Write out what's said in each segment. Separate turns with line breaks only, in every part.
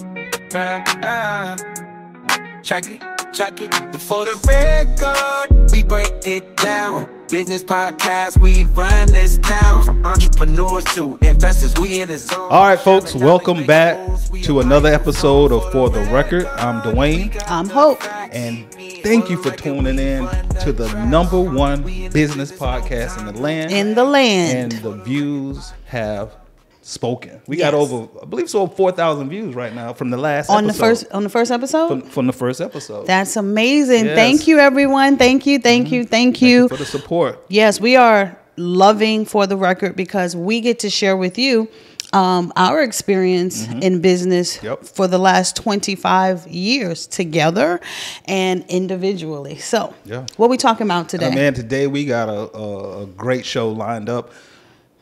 time. Ah. Check it, check it. Before the record, we break it down. Business podcast, we run this town. From entrepreneurs to investors, we in the zone.
All right, folks, welcome back to another episode of For the Record. I'm Dwayne,
I'm Hope.
and thank you for tuning in to the number one business podcast in the land.
In the
and
land.
the views have spoken. We got
Yes.
over, I believe, so over four thousand views right now from the last
on the
episode,
first on the first episode?
from, from the first episode.
That's
Yes.
amazing.
Mm-hmm.
Thank you everyone. Thank you. Thank you. Thank
Thank
you.
for the support.
yes, we are loving for the record because we get to share with you um, our experience in business
Mm-hmm. Yep.
for the last 25 years together and individually. So,
Yeah.
what we talking about today?
And man, today we got a, a, a great show lined up.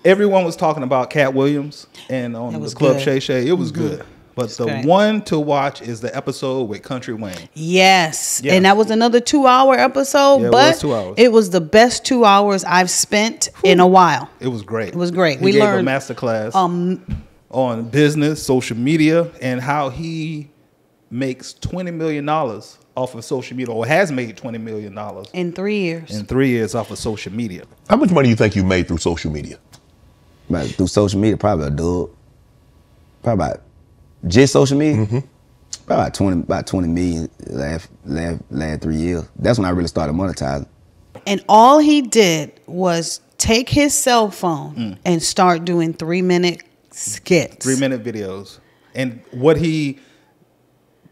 Everyone was talking about Cat Williams and on
That
the
was
Club
good. Mm-hmm.
Shay Shay. It was good. But the
great.
one to watch is the episode with Country Wayne.
Yes.
Yeah.
And that was another two hour episode,
Yeah, it
but
was two hours.
it was the best two hours I've spent in a while.
It was great. It
was great.
He
We
gave
learned,
a masterclass
Um,
on business, social media, and how he makes twenty million dollars off of social media, or has made twenty million dollars
in three years.
in three years off of social media.
How much money do you think you made through social media?
Man, through social media, probably a dub. Probably about just social media.
Mm-hmm.
Probably about twenty, about twenty million last last last three years. That's when I really started monetizing.
And all he did was take his cell phone
Mm.
and start doing three minute skits.
three minute videos. And what he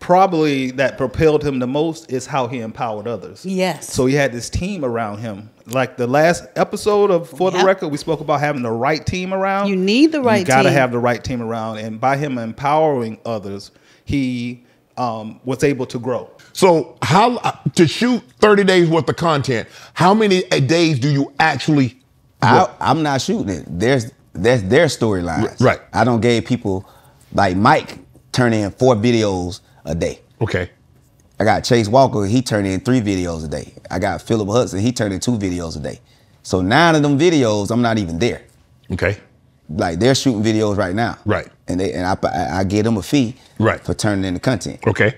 probably that propelled him the most is how he empowered others.
Yes.
So he had this team around him. Like the last episode of For the
Yep.
Record, we spoke about having the right team around.
You need the
You
right
gotta
team.
have the right team around. And by him empowering others, he um, was able to grow.
So, how uh, to shoot 30 days worth of content, how many a- days do you actually
I, I'm not shooting it. There's that's their storylines.
R- right.
I don't give people like Mike turn in four videos a day.
Okay.
I got Chase Walker, he turned in three videos a day. I got Philip Hudson, he turned in two videos a day. So nine of them videos, I'm not even there.
Okay.
Like they're shooting videos right now.
Right.
And they and I I, I give them a fee
Right.
for turning in the content.
Okay.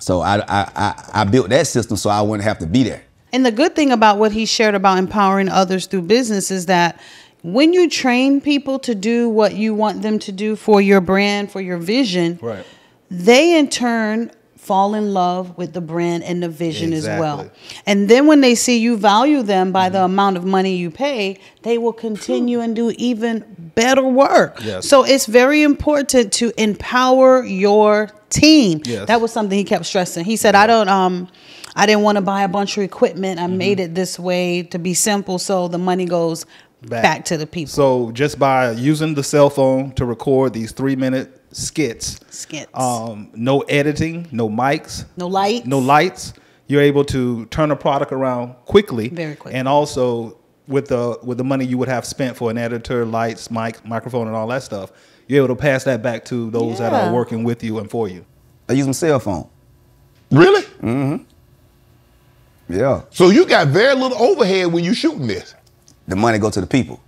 So I, I I I built that system so I wouldn't have to be there.
And the good thing about what he shared about empowering others through business is that when you train people to do what you want them to do for your brand, for your vision,
Right.
they in turn fall in love with the brand and the vision as well.
Exactly. Mm-hmm.
And then when they see you value them by the amount of money you pay, they will continue and do even better work.
Yes.
So it's very important to empower your team.
Yes.
That was something he kept stressing. He said, "I don't um I didn't want to buy a bunch of equipment. I made
Mm-hmm.
it this way to be simple so the money goes back, to the people."
So just by using the cell phone to record these three minute skits,
Skits.
um, no editing, no mics,
No lights.
no lights. You're able to turn a product around quickly,
Very quickly.
and also with the with the money you would have spent for an editor, lights, mic, microphone, and all that stuff, you're able to pass that back to those that
Yeah.
are working with you and for you.
I use my cell phone.
Really?
Yeah.
So, you got very little overhead when you shooting this.
The money go to the people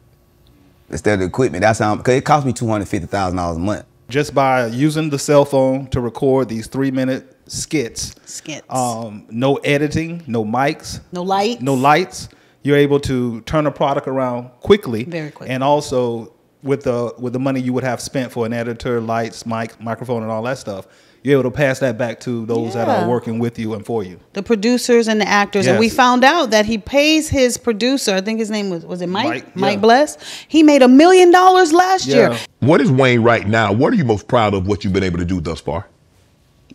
instead of the equipment. That's how. I'm, Cause it cost me two hundred fifty thousand dollars a month.
Just by using the cell phone to record these three minute skits,
skits.
um, no editing, no mics,
no lights.
no lights. You're able to turn a product around quickly,
Very quickly.
and also with the with the money you would have spent for an editor, lights, mic, microphone, and all that stuff. You're able to pass that back to those that
Yeah.
are working with you and for you.
the producers and the actors. And we
Yes.
found out that he pays his producer, I think his name was was it Mike?
Mike,
Mike,
yeah.
Bless. He made a million dollars last
Yeah.
year.
What is Wayne right now? What are you most proud of what you've been able to do thus far?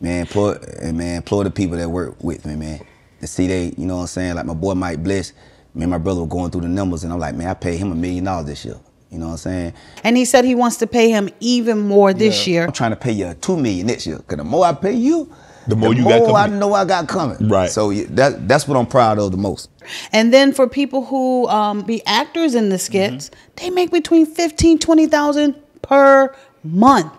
Man, employ and man, employ the people that work with me, man. To see they, you know what I'm saying? Like my boy Mike Bliss, me and my brother were going through the numbers, and I'm like, man, I paid him a million dollars this year. You know what I'm saying?
And he said he wants to pay him even more this
Yeah.
year.
I'm trying to pay you two million next year. Cause the more I pay you,
The more you got
I
coming.
know I got coming.
Right.
So yeah, that that's what I'm proud of the most.
And then for people who um, be actors in the skits,
Mm-hmm.
they make between 15, 20,000 per month.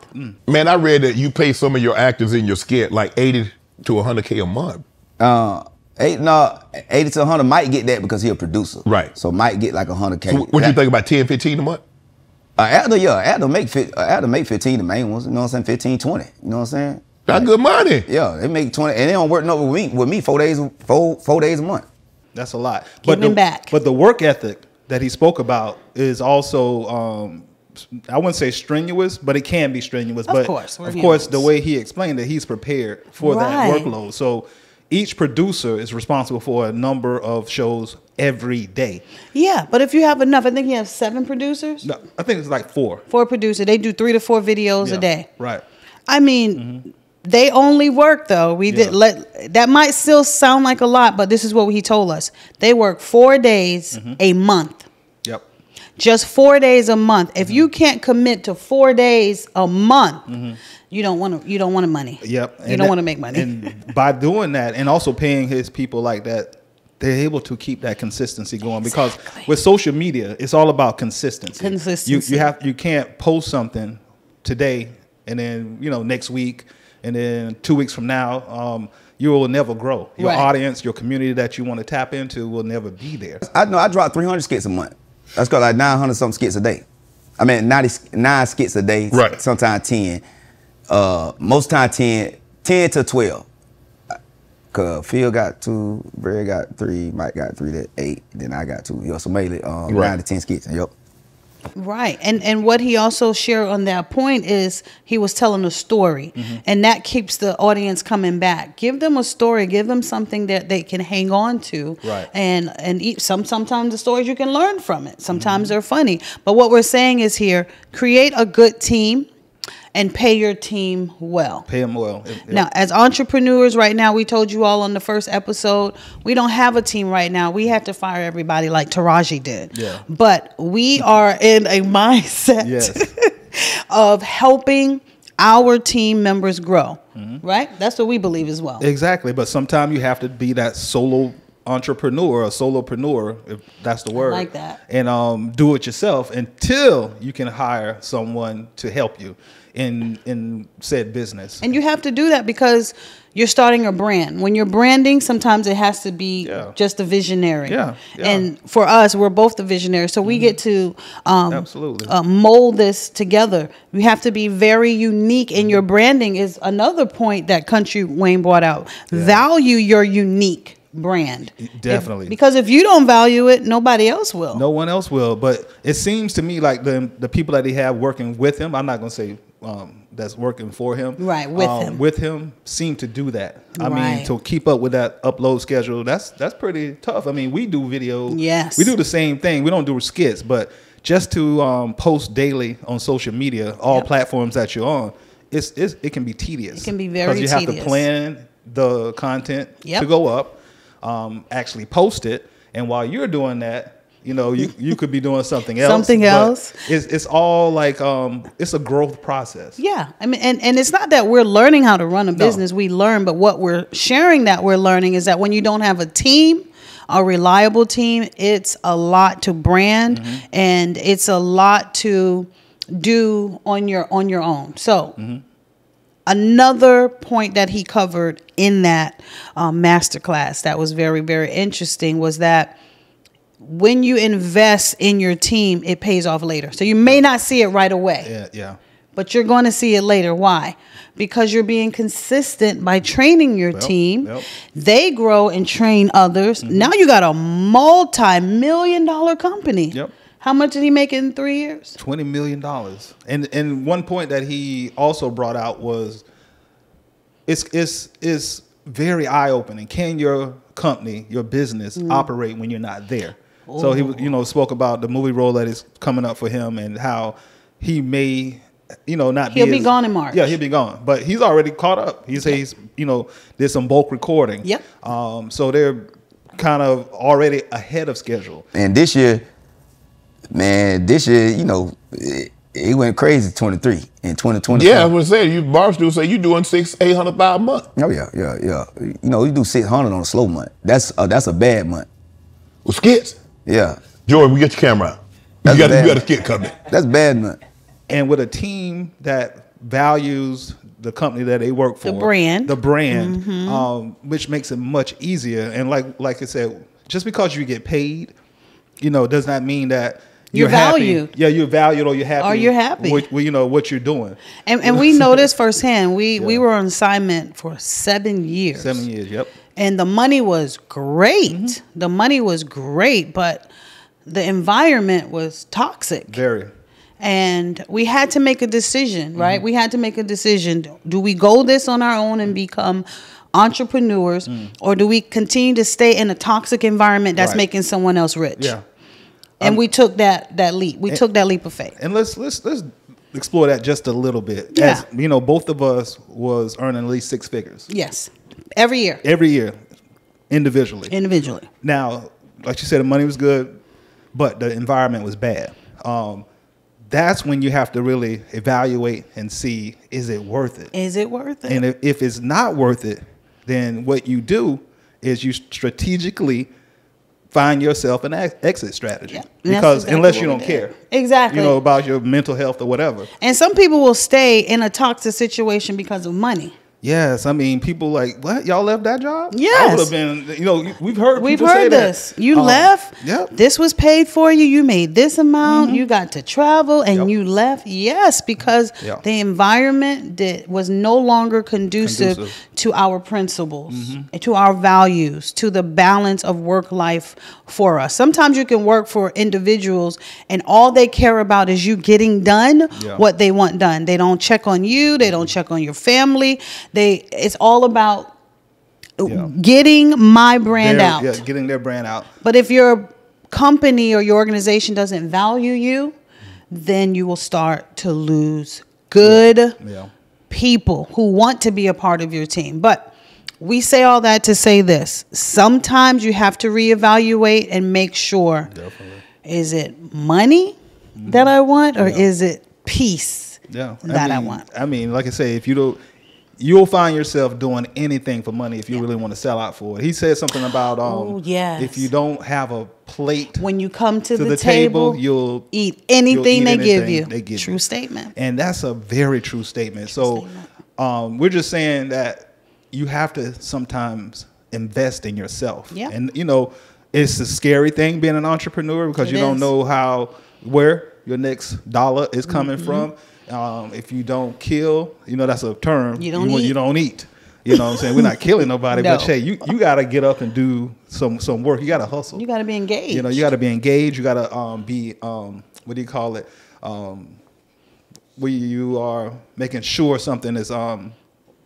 Man, I read that you pay some of your actors in your skit like 80 to 100K a month.
Uh, eight, no, eighty to hundred might get that because he a producer.
Right.
So might get like a hundred k.
So what do you think about 10, 15 a month?
Uh, Adler, yeah, Adler make fit. Uh, Adler make fifteen. The main ones, you know what I'm saying? 15, 20. You know what I'm saying?
That's good money.
Yeah, they make twenty, and they don't work no week with me four days, four four days a month.
That's a lot.
Give him
the,
back.
But the work ethic that he spoke about is also, um, I wouldn't say strenuous, but it can be strenuous.
Of
but
course, we're
of course,
humans.
the way he explained that he's prepared for that
Right.
workload. So each producer is responsible for a number of shows every day.
Yeah, but if you have enough, I think you have seven producers.
No, I think it's like four
Four producers. They do three to four videos
Yeah,
a day.
Right.
I mean, they only work though. We did
Mm-hmm. Yeah.
let that might still sound like a lot, but this is what he told us. They work four days
Mm-hmm.
a month.
Yep.
Just four days a month.
Mm-hmm.
If you can't commit to four days a month, you don't want to. You don't want to money.
Yep.
You don't want to make money.
And by doing that and also paying his people like that, they're able to keep that consistency going because
Exactly.
with social media, it's all about consistency.
Consistency.
You, you have you can't post something today and then you know next week and then two weeks from now. Um, you will never grow. Your
Right.
audience, your community that you want to tap into will never be there.
I know I drop 300 skits a month. That's got like 900 something skits a day. I mean, 90, sk- nine skits a day.
Right.
Sometimes 10. Uh, most time 10, 10 to 12. Cause Phil got two, Brad got three, Mike got three, that eight, then I got two. Yo, so mainly um,
Right.
nine to ten skits. Yep.
Right. And and what he also shared on that point is he was telling a story. And that keeps the audience coming back. Give them a story, give them something that they can hang on to.
Right.
And and eat some sometimes the stories you can learn from it. Sometimes they're funny. But what we're saying is here, create a good team and pay your team well.
Pay them well. It- it-
Now, as entrepreneurs right now, we told you all on the first episode, we don't have a team right now. We had to fire everybody like Taraji did.
Yeah.
But we are in a mindset
Yes.
of helping our team members grow.
Mm-hmm.
Right? That's what we believe as well.
Exactly, but sometimes you have to be that solo entrepreneur or solopreneur, if that's the word.
like that.
And um, do it yourself until you can hire someone to help you in in said business.
And you have to do that because you're starting a brand. When you're branding, sometimes it has to be
Yeah.
just a visionary.
Yeah, yeah. Mm-hmm.
And for us, we're both the visionaries, so we get to um,
Absolutely.
uh, mold this together. You have to be very unique in
Mm-hmm.
your branding. Is another point that Country Wayne brought out. Value your unique brand. If-
Definitely.
because if you don't value it, nobody else will.
no one else will, but it seems to me like the the people that he have working with him. I'm not gonna say um, that's working for him.
Right, with
um,
him.
With him, seem to do that. I mean,
Right.
to keep up with that upload schedule, that's that's pretty tough. I mean, we do video.
Yes.
we do the same thing. We don't do skits, but just to um, post daily on social media, all
Yep.
platforms that you're on, it's, it's it can be tedious.
It can be
you
very
have to
tedious.
plan the content
Yep.
to go up, um, actually post it, and while you're doing that, you know you, you could be doing something else.
Something
but
else.
It's it's all like um, it's a growth process.
Yeah, I mean, and, and it's not that we're learning how to run a business. We learn, but what we're sharing that we're learning is that when you don't have a team, a reliable team, it's a lot to brand, and it's a lot to do on your on your own. So, another point that he covered in that um, masterclass that was very very interesting was that when you invest in your team, it pays off later. So you may not see it right away
yeah, yeah.
but you're going to see it later. Why? Because you're being consistent by training your team.
yep. Mm-hmm.
They grow and train others. Now you got a multi-million dollar company.
Yep.
How much did he make in three years?
twenty million dollars. And and one point that he also brought out was it's it's it's very eye opening. Can your company, your business,
Mm-hmm.
operate when you're not there? So
Oh.
he was- you know spoke about the movie role that is coming up for him and how he may you know not
He'll
be,
be
as-
gone in March.
Yeah, he'll be gone, but he's already caught up. He says he's you know there's some bulk recording.
Yep.
Um, so they're kind of already ahead of schedule.
And this year, man, this year, you know, it, it went crazy 23 and 2020.
Yeah, that's what I said. You barstool say you doing six, eight hundred thousand a month.
Oh yeah, yeah, yeah. You know, you do 600 on a slow month. That's uh, that's a bad month.
Well, skits.
Yeah,
Jordan, we get your camera out.
That's
you got
bad.
you got a skit coming.
that's bad month.
and with a team that values the company that they work for,
brand. Mm-hmm.
the brand, um, which makes it much easier. And like like I said, just because you get paid, you know, does not mean that
You're
happy.
valued.
Yeah, you're valued or you're happy.
Or you're happy.
With, with, you know what you're doing.
And, and we know this firsthand. We we
Yeah.
were on assignment for seven years.
Seven Mm-hmm. years. Yep.
and the money was great. The money was great, but the environment was toxic.
Very.
and we had to make a decision, right? We had to make a decision. Do we go this on our own and become entrepreneurs, or do we continue to stay in a toxic environment that's
Right.
making someone else rich?
Yeah.
And we took that that leap. We took that leap of faith.
and let's let's let's explore that just a little bit.
Yeah.
As you know, both of us was earning at least six figures
Yes, every year,
every year, individually.
individually.
now, like you said, the money was good, but the environment was bad. Um, that's when you have to really evaluate and see is it worth it.
Is it worth it?
And if, if it's not worth it, then what you do is you strategically find yourself an ex- exit strategy
Yeah, and that's
because
exactly
unless
what
you
we
don't
did.
care
Exactly.
you know about your mental health or whatever
and some people will stay in a toxic situation because of money.
Yes, I mean, people like what y'all left that job. I
Yes.
would have been. You know, we've heard.
We've
people say
heard
that.
this. You
Um,
left.
Yep. Mm-hmm.
This was paid for you. You made this amount. You got to travel, and
Yep.
you left. Yes, because
Yeah.
the environment did, was no longer conducive,
Conducive. Mm-hmm.
to our principles, to our values, to the balance of work life for us. Sometimes you can work for individuals, and all they care about is you getting done
Yeah. Mm-hmm.
what they want done. They don't check on you. They don't check on your family. They. It's all about.
Yeah.
Getting my brand
They're-
out.
Yeah, getting their brand out.
But if your company or your organization doesn't value you, then you will start to lose good
Yeah.
people who want to be a part of your team. But we say all that to say this sometimes you have to reevaluate and make sure
Definitely.
is it money that I want or
Yeah.
is it peace
Yeah.
that I,
mean-
want?
I mean, like I say, if you don't, you'll find yourself doing anything for money if you really want to sell out for it. He said something about um,
Oh, yes.
if you don't have a plate,
When you come to,
To
the,
the
table,
table, you'll-
eat anything
eat
they give
anything
you.
they give you.
True statement.
and that's a very true statement. so, um, we're just saying that you have to sometimes invest in yourself.
Yeah.
And you know, it's a scary thing being an entrepreneur because
It
you don't
is.
know how where your next dollar is coming
Mm-hmm.
from. Um, if you don't kill, you know that's a term.
You don't
you,
eat.
don't eat. You know what I'm saying? We're not killing nobody, but
No.
hey, you, you gotta get up and do some some work. You gotta hustle.
You got to be engaged.
You know, you got to be engaged. You got to um, be um, what do you call it? Um, where you are making sure something is um,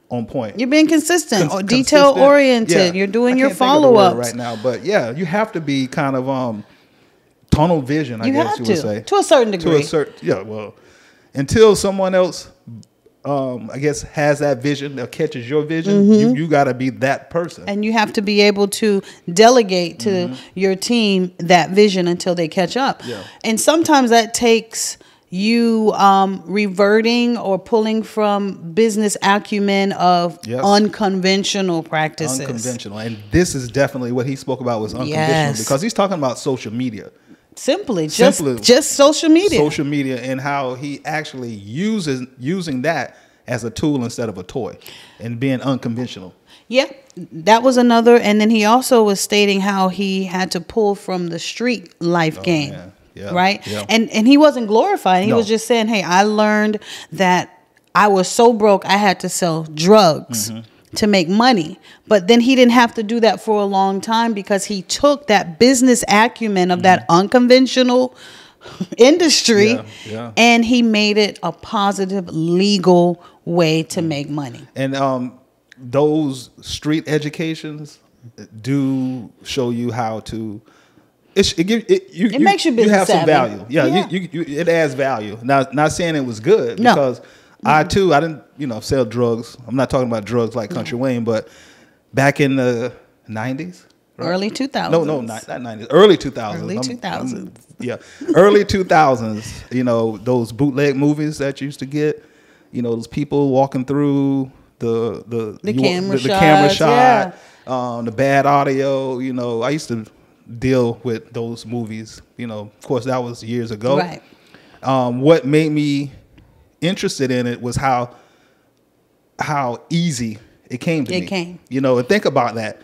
on point.
You're being consistent or
Cons-
detail
consistent.
oriented.
Yeah.
You're doing
I
your
can't think of the
follow
word
ups.
right now, but yeah, you have to be kind of um, tunnel vision. I
You
guess
have
you
to,
would say
to a certain
To
degree.
a certain yeah. Well, until someone else. Um, I guess has that vision or catches your vision.
Mm-hmm.
You, you got to be that person.
and you have to be able to delegate to your team that vision until they catch up.
Mm-hmm. Yeah.
And sometimes that takes you um, reverting or pulling from business acumen of
Yes.
unconventional practices.
unconventional. And this is definitely what he spoke about was unconventional
Yes.
because he's talking about social media,
Simply, just
Simply.
just social media.
social media, and how he actually uses using that as a tool instead of a toy, and being unconventional.
Yeah, that was another. And then he also was stating how he had to pull from the street life game,
man. Oh, Yeah.
right?
Yeah.
And and he wasn't glorifying. He
No.
was just saying, "Hey, I learned that I was so broke, I had to sell drugs."
Mm-hmm.
To make money, but then he didn't have to do that for a long time because he took that business acumen of that unconventional industry
Mm-hmm. Yeah, yeah.
and he made it a positive legal way to
Mm.
make money.
And um, those street educations do show you how to. It, sh- it, give, it, you,
It makes you business
have some
savvy.
value. Yeah,
Yeah.
You, you, you, it adds value. Not not saying it was good
No. Mm-hmm.
because I too I didn't you know sell drugs. I'm not talking about drugs
Mm-hmm.
like Country Wayne, but back in the '90s,
Early 2000s.
no, no, not, not 90s. Early 2000s.
Early
I'm-
2000s.
I'm- yeah. Early 2000s, you know, those bootleg movies that you used to get, you know, those people walking through the the
The
you-
camera
the, camera
shots,
shot,
yeah.
um, the bad audio, you know, I used to deal with those movies, you know. Of course, that was years ago.
Right.
Um, what made me interested in it was how how easy it came to
It
me.
came.
You know, and think about that.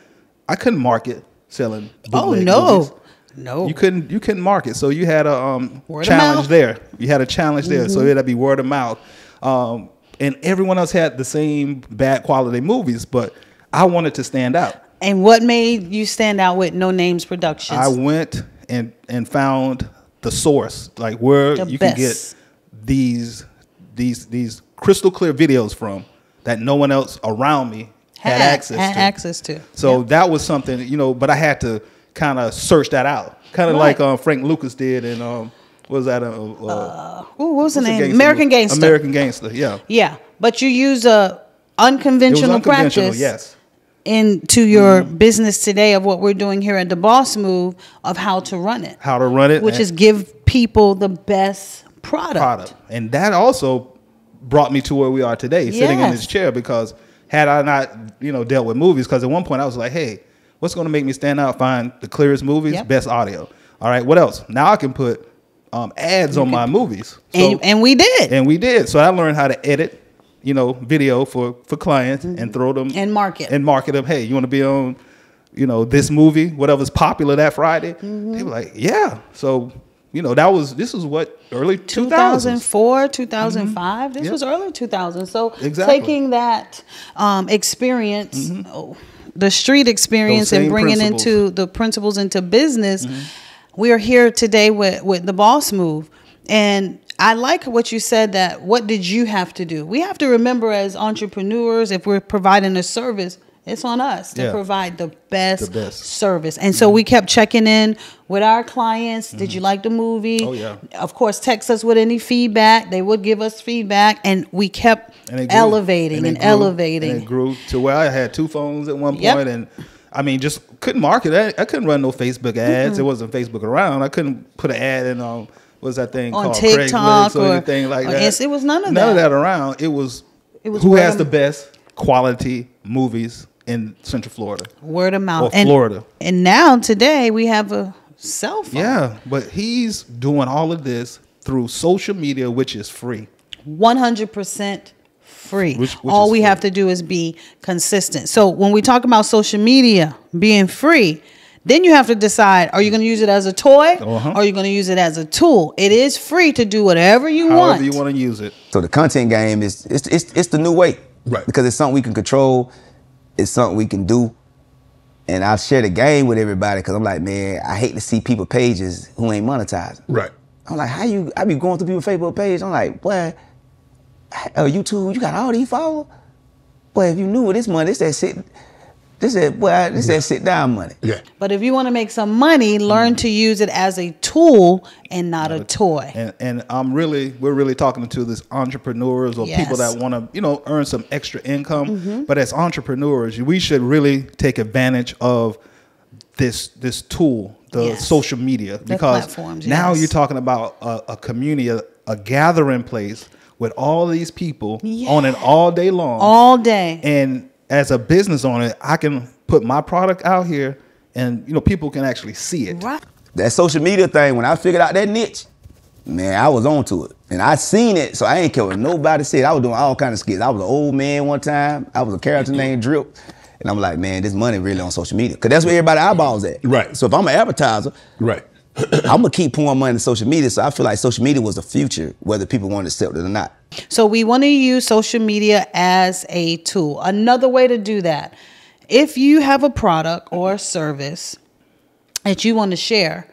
I couldn't market selling.
Oh
bootleg
no.
movies.
No.
You couldn't you couldn't market. So you had a um,
Word of
challenge
mouth. Mm-hmm.
there. You had a challenge there. So it'd be word of mouth. Um, and everyone else had the same bad quality movies, but I wanted to stand out.
And what made you stand out with No Names Productions?
I went and and found the source, like where
The
you can
best.
get these these these crystal clear videos from that no one else around me had, access
had
to.
access to.
So that was something, you know, but I had to kind of search that out, kind of
Right.
like uh, Frank Lucas did, and um, what was that uh, uh,
Ooh, what was the
what's the
name?
gangster
American
movie?
Gangster.
American Gangster, yeah.
Yeah, but you use a
It was
unconventional,
unconventional,
practice
yes. Mm-hmm.
into your business today of what we're doing here at the Boss Move of how to run it,
How to run it,
which
and
is give people the best product.
product, and that also brought me to where we are today, sitting in
Yes.
this chair. Because had I not, you know, dealt with movies, because at one point I was like, hey, what's going to make me stand out? Find the clearest movies,
Yep.
best audio. All right, what else? Now I can put um, ads on my movies. So-
and, and we did.
and we did. So I learned how to edit, you know, video for for clients and throw them
Mm-hmm. And market.
and market them. Hey, you want to be on, you know, this movie, whatever's popular that Friday.
Mm-hmm.
They were like, yeah. So you know, that was this was what early two thousands.
2004, 2005. This
Mm-hmm. Yep.
was early 2000. So
Exactly. Mm-hmm.
taking that um, experience, oh, the street experience, and
same
bringing
principles. Mm-hmm.
into the principles into business, we are here today with with the boss move. And I like what you said that what did you have to do? We have to remember as entrepreneurs, if we're providing a service, it's on us to
Yeah.
provide the best,
The best. Mm-hmm.
service. And so we kept checking in with our clients. Did you like the movie?
Oh, yeah.
of course, text us with any feedback. They would give us feedback, and we kept
it grew,
elevating and,
it grew,
elevating.
And it grew to where I had two phones at one point,
Yep.
and I mean, just couldn't market. I, I couldn't run no Facebook ads. It wasn't Facebook around. I couldn't put an ad in on what's that thing
On
called
TikTok
Craigslist or,
or-
anything like
or
that.
Inst- it was none of
None of
that.
that around. It was.
It was
who
word
has
of-
the best quality movies in Central Florida?
Word of mouth.
Or Florida.
And now today we have a cell phone.
Yeah, but he's doing all of this through social media, which is free.
100% free.
Which- which
All
is
we
free.
have to do is be consistent. So when we talk about social media being free, then you have to decide are you going to use it as a toy
Uh-huh.
or are you going to use it as a tool? It is free to do whatever you
However
want.
you want to use it.
So the content game is it's it's, it's the new way,
Right.
Because it's something we can control, it's something we can do, and I share the game with everybody. Because I'm like, man, I hate to see people pages who ain't monetized.
Right.
I'm like, how you? I be going through people's Facebook page. I'm like, boy, oh YouTube, you got all these followers. Boy, if you knew what this money, this that sit, this that boy, this that sit down money.
Yeah.
But if you want to make some money, learn to use it as a tool and not a toy.
And and I'm really we're really talking to this entrepreneurs or people
Yes. Mm-hmm.
that want to you know earn some extra income. But as entrepreneurs, we should really take advantage of this this tool, the
Yes.
social media, because
platforms,
now
yes.
you're talking about a, a community, a, a gathering place with all these people on it all day long,
All day.
and as a business owner, I can put my product out here, and you know people can actually see it.
right.
That social media thing, when I figured out that niche, man, I was onto it. And I seen it, so I ain't care what nobody said. I was doing all kind of skits. I was an old man one time. I was a character named Drip. And I'm like, man, this money really on social media. Cause that's where everybody eyeballs at.
Right.
So if I'm an advertiser,
Right.
I'm gonna keep pouring money into social media. So I feel like social media was the future, whether people want to accept it or not.
So we want to use social media as a tool. Another way to do that, if you have a product or a service that you want to share,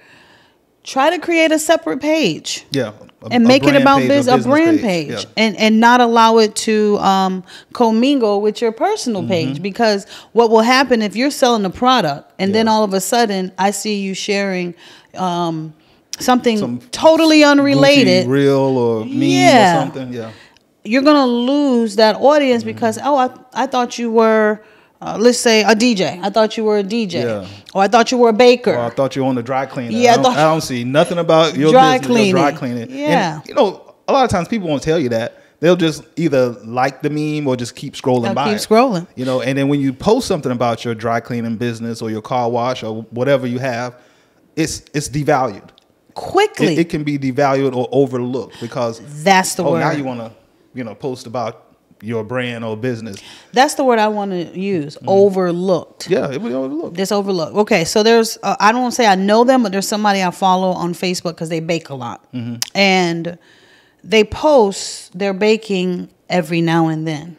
try to create a separate page.
Yeah, a-
And
a
make it
brand
about
page,
biz, a
business
brand page,
Yeah.
and and not allow it to um, commingle with your personal
Mm-hmm.
page because what will happen if you're selling a product and then
Yeah.
all of a sudden I see you sharing um, something
Some
totally
related,
unrelated,
real or meme
Yeah.
or something. Yeah.
you're gonna lose that audience
Mm-hmm.
because oh I, I thought you were uh, let's say a DJ I thought you were a DJ
Yeah.
or I thought you were a baker
Or I thought you were on the dry cleaner.
Yeah, I
I don't,
thought-
I don't see nothing about your
Dry
business, your dry
cleaning.
cleaning.
Yeah.
And, you know, a lot of times people won't tell you that. They'll just either like the meme or just keep scrolling
They'll
by.
keep
it.
scrolling.
You know, and then when you post something about your dry cleaning business or your car wash or whatever you have, it's it's devalued.
quickly
It, it can be devalued or overlooked because
that's the
oh
word
now you want to you know post about your brand or business.
That's the word I want to use.
Mm-hmm.
Overlooked.
Yeah, it would overlook.
This overlooked. Okay, so there's uh, I don't want to say I know them, but there's somebody I follow on Facebook because they bake a lot, and they post their baking every now and then.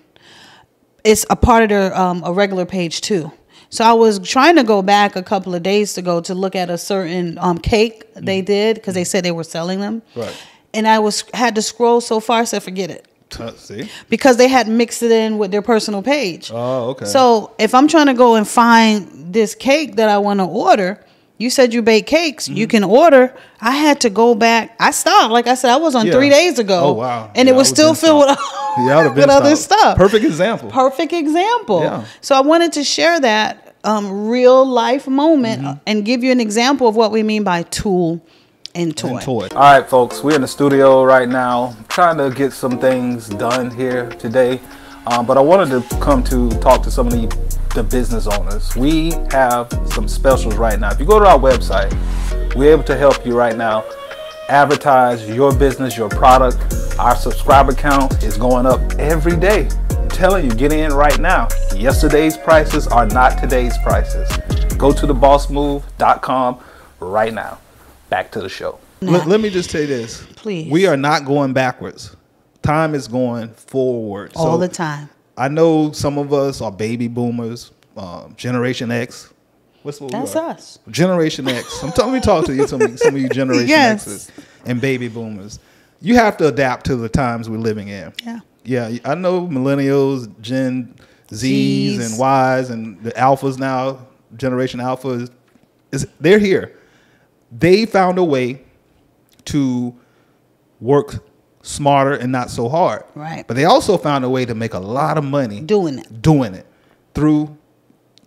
It's a part of their um, a regular page too. So I was trying to go back a couple of days ago to look at a certain um, cake they did because they said they were selling them,
Right.
and I was had to scroll so far, I said forget it
Uh, See?
because they had mixed it in with their personal page.
Oh, okay.
So if I'm trying to go and find this cake that I want to order, you said you bake cakes.
Mm-hmm.
You can order. I had to go back. I stopped. Like I said, I was on
Yeah.
three days ago.
Oh, wow.
And
Yeah,
it
I
was
would've
still
been
filled with,
Yeah, I would've
with
been
other
stopped.
stuff.
Perfect example.
Perfect example.
Yeah.
So I wanted to share that um, real life moment
Mm-hmm.
uh, and give you an example of what we mean by tool and toy.
and toy. All right, folks, we're in the studio right now, trying to get some things done here today. Um, but I wanted to come to talk to some of the, the business owners. We have some specials right now. If you go to our website, we're able to help you right now advertise your business, your product. Our subscriber count is going up every day. I'm telling you, get in right now. Yesterday's prices are not today's prices. Go to thebossmove.com right now. Back to the show. Let, let me just say this.
Please.
We are not going backwards. Time is going forward.
All
So
the time.
I know some of us are baby boomers, um, Generation X. What's what we
That's
are?
us.
Generation X. I'm talking. We talk to you some some of you Generation
Yes.
X's and baby boomers. You have to adapt to the times we're living in.
Yeah.
Yeah, I know millennials, Gen Z's,
Zs.
and Y's, and the alphas now. Generation Alpha is, is they're here. They found a way to work smarter and not so hard.
Right.
But they also found a way to make a lot of money
Doing it.
doing it through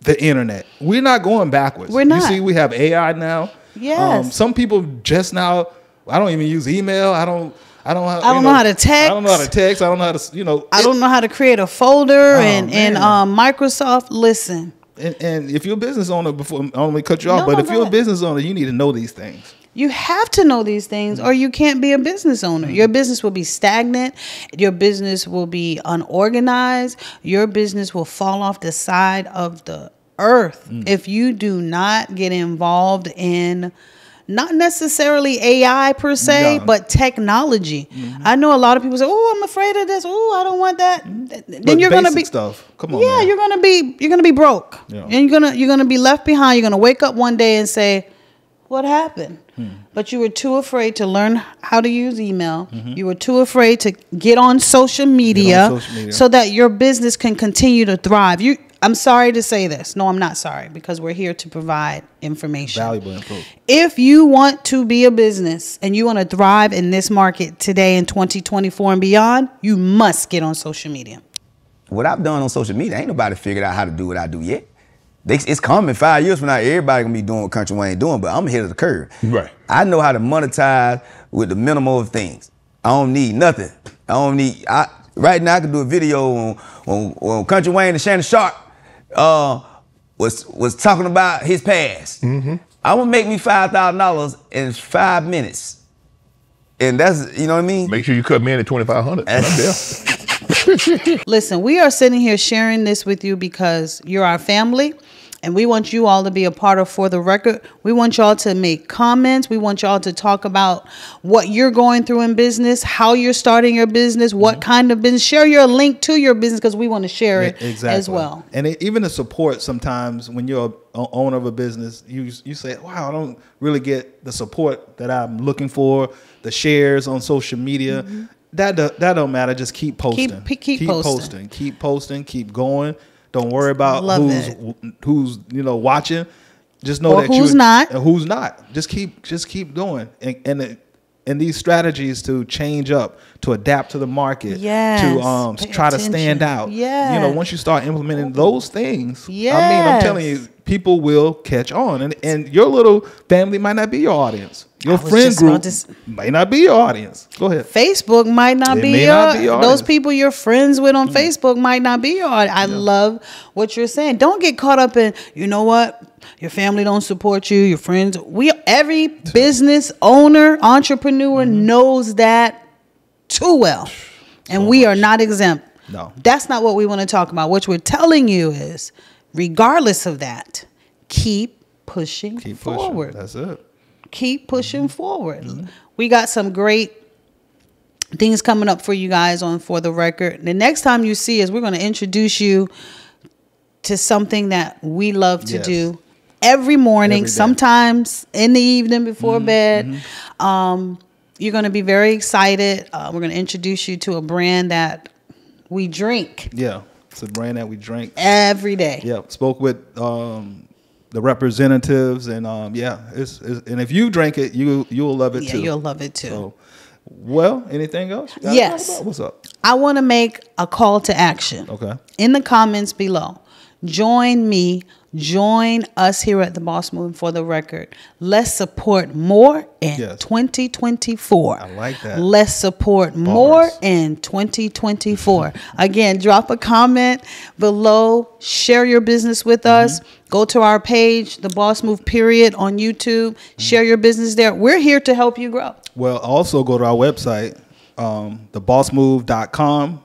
the internet. We're not going backwards.
We're
You
not.
see, we have AI now. Um,
Yes.
some people just now. I don't even use email. I don't. I don't.
I don't know how to
I don't know how to
text.
text. I don't know how to. You know.
I
it- Oh,
don't know how to create a folder and, and
man.
um, Microsoft. Listen,
And, and if you're a business owner, before I only cut you off,
No,
but
no,
if you're a
that-
business owner, you need to know these things.
you have to know these things or you can't be a business owner.
Mm-hmm.
Your business will be stagnant. Your business will be unorganized. Your business will fall off the side of the earth
Mm.
if you do not get involved in not necessarily AI per se,
No.
but technology.
Mm-hmm.
I know a lot of people say, "Oh, I'm afraid of this. Oh, I don't want that." Th- Then
Mm-hmm. But
you're going to
basic
be
stuff. Come on.
yeah,
man.
you're gonna be you're gonna be broke,
Yeah.
and you're gonna you're gonna be left behind. You're gonna wake up one day and say, "What happened?"
Hmm.
But you were too afraid to learn how to use email.
Mm-hmm.
You were too afraid to get on social media,
social media.
so that your business can continue to thrive. You, I'm sorry to say this. No, I'm not sorry because we're here to provide information.
valuable info.
If you want to be a business and you want to thrive in this market today in 2024 and beyond, you must get on social media.
What I've done on social media, ain't nobody figured out how to do what I do yet. They, it's coming five years from now. Everybody gonna be doing what Country Wayne doing, but I'm ahead of the curve.
Right.
I know how to monetize with the minimal of things. I don't need nothing. I don't need. I right now I can do a video on on, on Country Wayne and Shannon Sharp. Uh, was was talking about his past.
Mm-hmm.
I'm gonna make me five thousand dollars in five minutes, and that's you know what I mean.
Make sure you cut me in at 2500 I'm there.
Listen, we are sitting here sharing this with you because you're our family and we want you all to be a part of For the Record. We want y'all to make comments. We want y'all to talk about what you're going through in business, how you're starting your business, what kind of business. Share your link to your business because we want to share it
E- exactly.
as well.
And it, even the support sometimes when you're a, a owner of a business, you you say, "Wow, I don't really get the support that I'm looking for." The shares on social media, that do, that don't matter. Just keep posting.
pe- Mm-hmm. keep posting.
Keep posting. Keep going. Don't worry about
Love
who's
it.
who's you know watching. Just know
Or
that
who's
you,
not.
and who's not. Just keep just keep going and and. It, and these strategies to change up, to adapt to the market,
Yes.
to um,
Pay
try to stand
attention.
out. you know,
Yes.
once you start implementing those things, I mean, I'm
Yes.
telling you, people will catch on, and and your little family might not be your audience. Your
was
friend
just about
group
to s-
may not be your audience. Go ahead.
Facebook might not
It
be,
may
your,
not be Mm. your
those
audience.
people you're friends with on Facebook might not be your audience. I love what you're saying. Don't get caught up in you know what your family don't support you, your friends. We every business owner
Mm-hmm.
entrepreneur knows that too well, and we are not exempt.
No.
That's not what we want to talk about. What we're telling you is, regardless of that, keep pushing
Keep pushing.
forward
That's it.
keep
Mm-hmm.
pushing forward. We got some great things coming up for you guys on For the Record. The next time you see us, we're going to introduce you to something that we love to
Yes.
do every morning,
Every day. Mm-hmm.
sometimes in the evening before bed. Um, you're going to be very excited. Uh, we're going to introduce you to a brand that we drink
Yeah. It's a brand that we drink.
every day.
Yeah, spoke with um, the representatives, and um, yeah, it's, it's and if you drink it, you you'll love it
Yeah,
too.
you'll love it too.
So, well, anything else? you gotta talk
Yes.
about? What's up?
I want to make a call to action.
Okay.
In the comments below, join me, join us here at the Boss Movement for the record. Let's support more in
Yes.
2024. I
like that.
Let's support more in 2024. Again, drop a comment below, share your business with
Mm-hmm.
us. Go to our page, The Boss Move Period on YouTube.
Mm-hmm.
Share your business there. We're here to help you grow.
Well, also go to our website, um, thebossmove.com.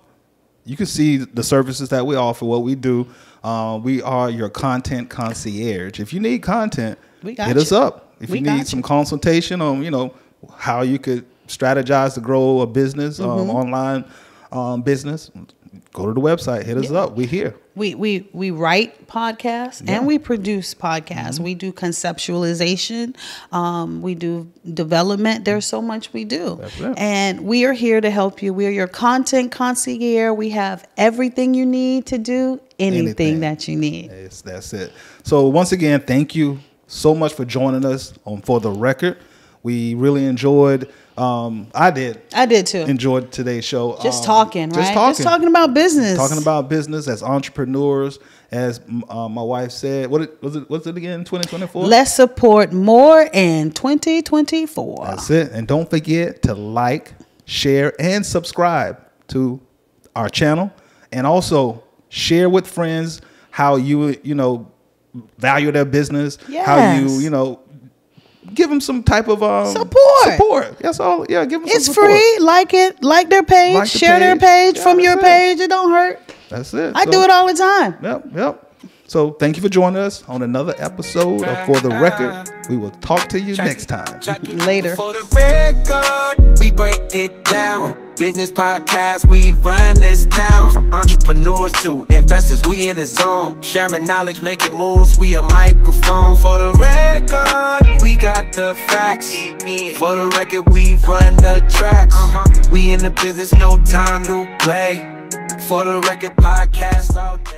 You can see the services that we offer, what we do. Uh, we are your content concierge. If you need content,
We got
hit us
you.
up. If
We
you
got
need
you.
some consultation on, you know, how you could strategize to grow a business, um,
Mm-hmm.
online um, business, go to the website. Hit us up. We're here.
we we we write podcasts and we produce podcasts.
Mm-hmm.
We do conceptualization. Um, we do development. There's so much we do,
That's it.
and we are here to help you. We are your content concierge. We have everything you need to do anything,
Anything.
that you need.
Yes, that's it. So once again, thank you so much for joining us on For the Record. We really enjoyed. Um, I did.
I did too.
enjoyed today's show.
just
Um,
talking, right?
Just talking.
about business.
Talking about business as entrepreneurs, as m- uh, my wife said. What it, was it? What's it again? Twenty twenty four.
Let's support more in 2024.
That's it. And don't forget to like, share, and subscribe to our channel. And also share with friends how you you know value their business. How you
Yes.
you know give them some type of um,
Support.
Support. That's all. Yeah, give them.
It's
some support.
free. Like it. Like their page.
Like the
share
page.
their page
Yeah,
from your
that's it.
page. It don't hurt.
That's it.
I
So-
do it all the time.
Yep, yep. So thank you for joining us on another episode of For the Record. We will talk to you next time.
Later.
For the record, we break it down. Business podcast, we run this town. From entrepreneurs to investors, we in the zone. Sharing knowledge, making moves, we a microphone. For the record, we got the facts. For the record, we run the tracks. We in the business, no time to play. For the record podcast all day.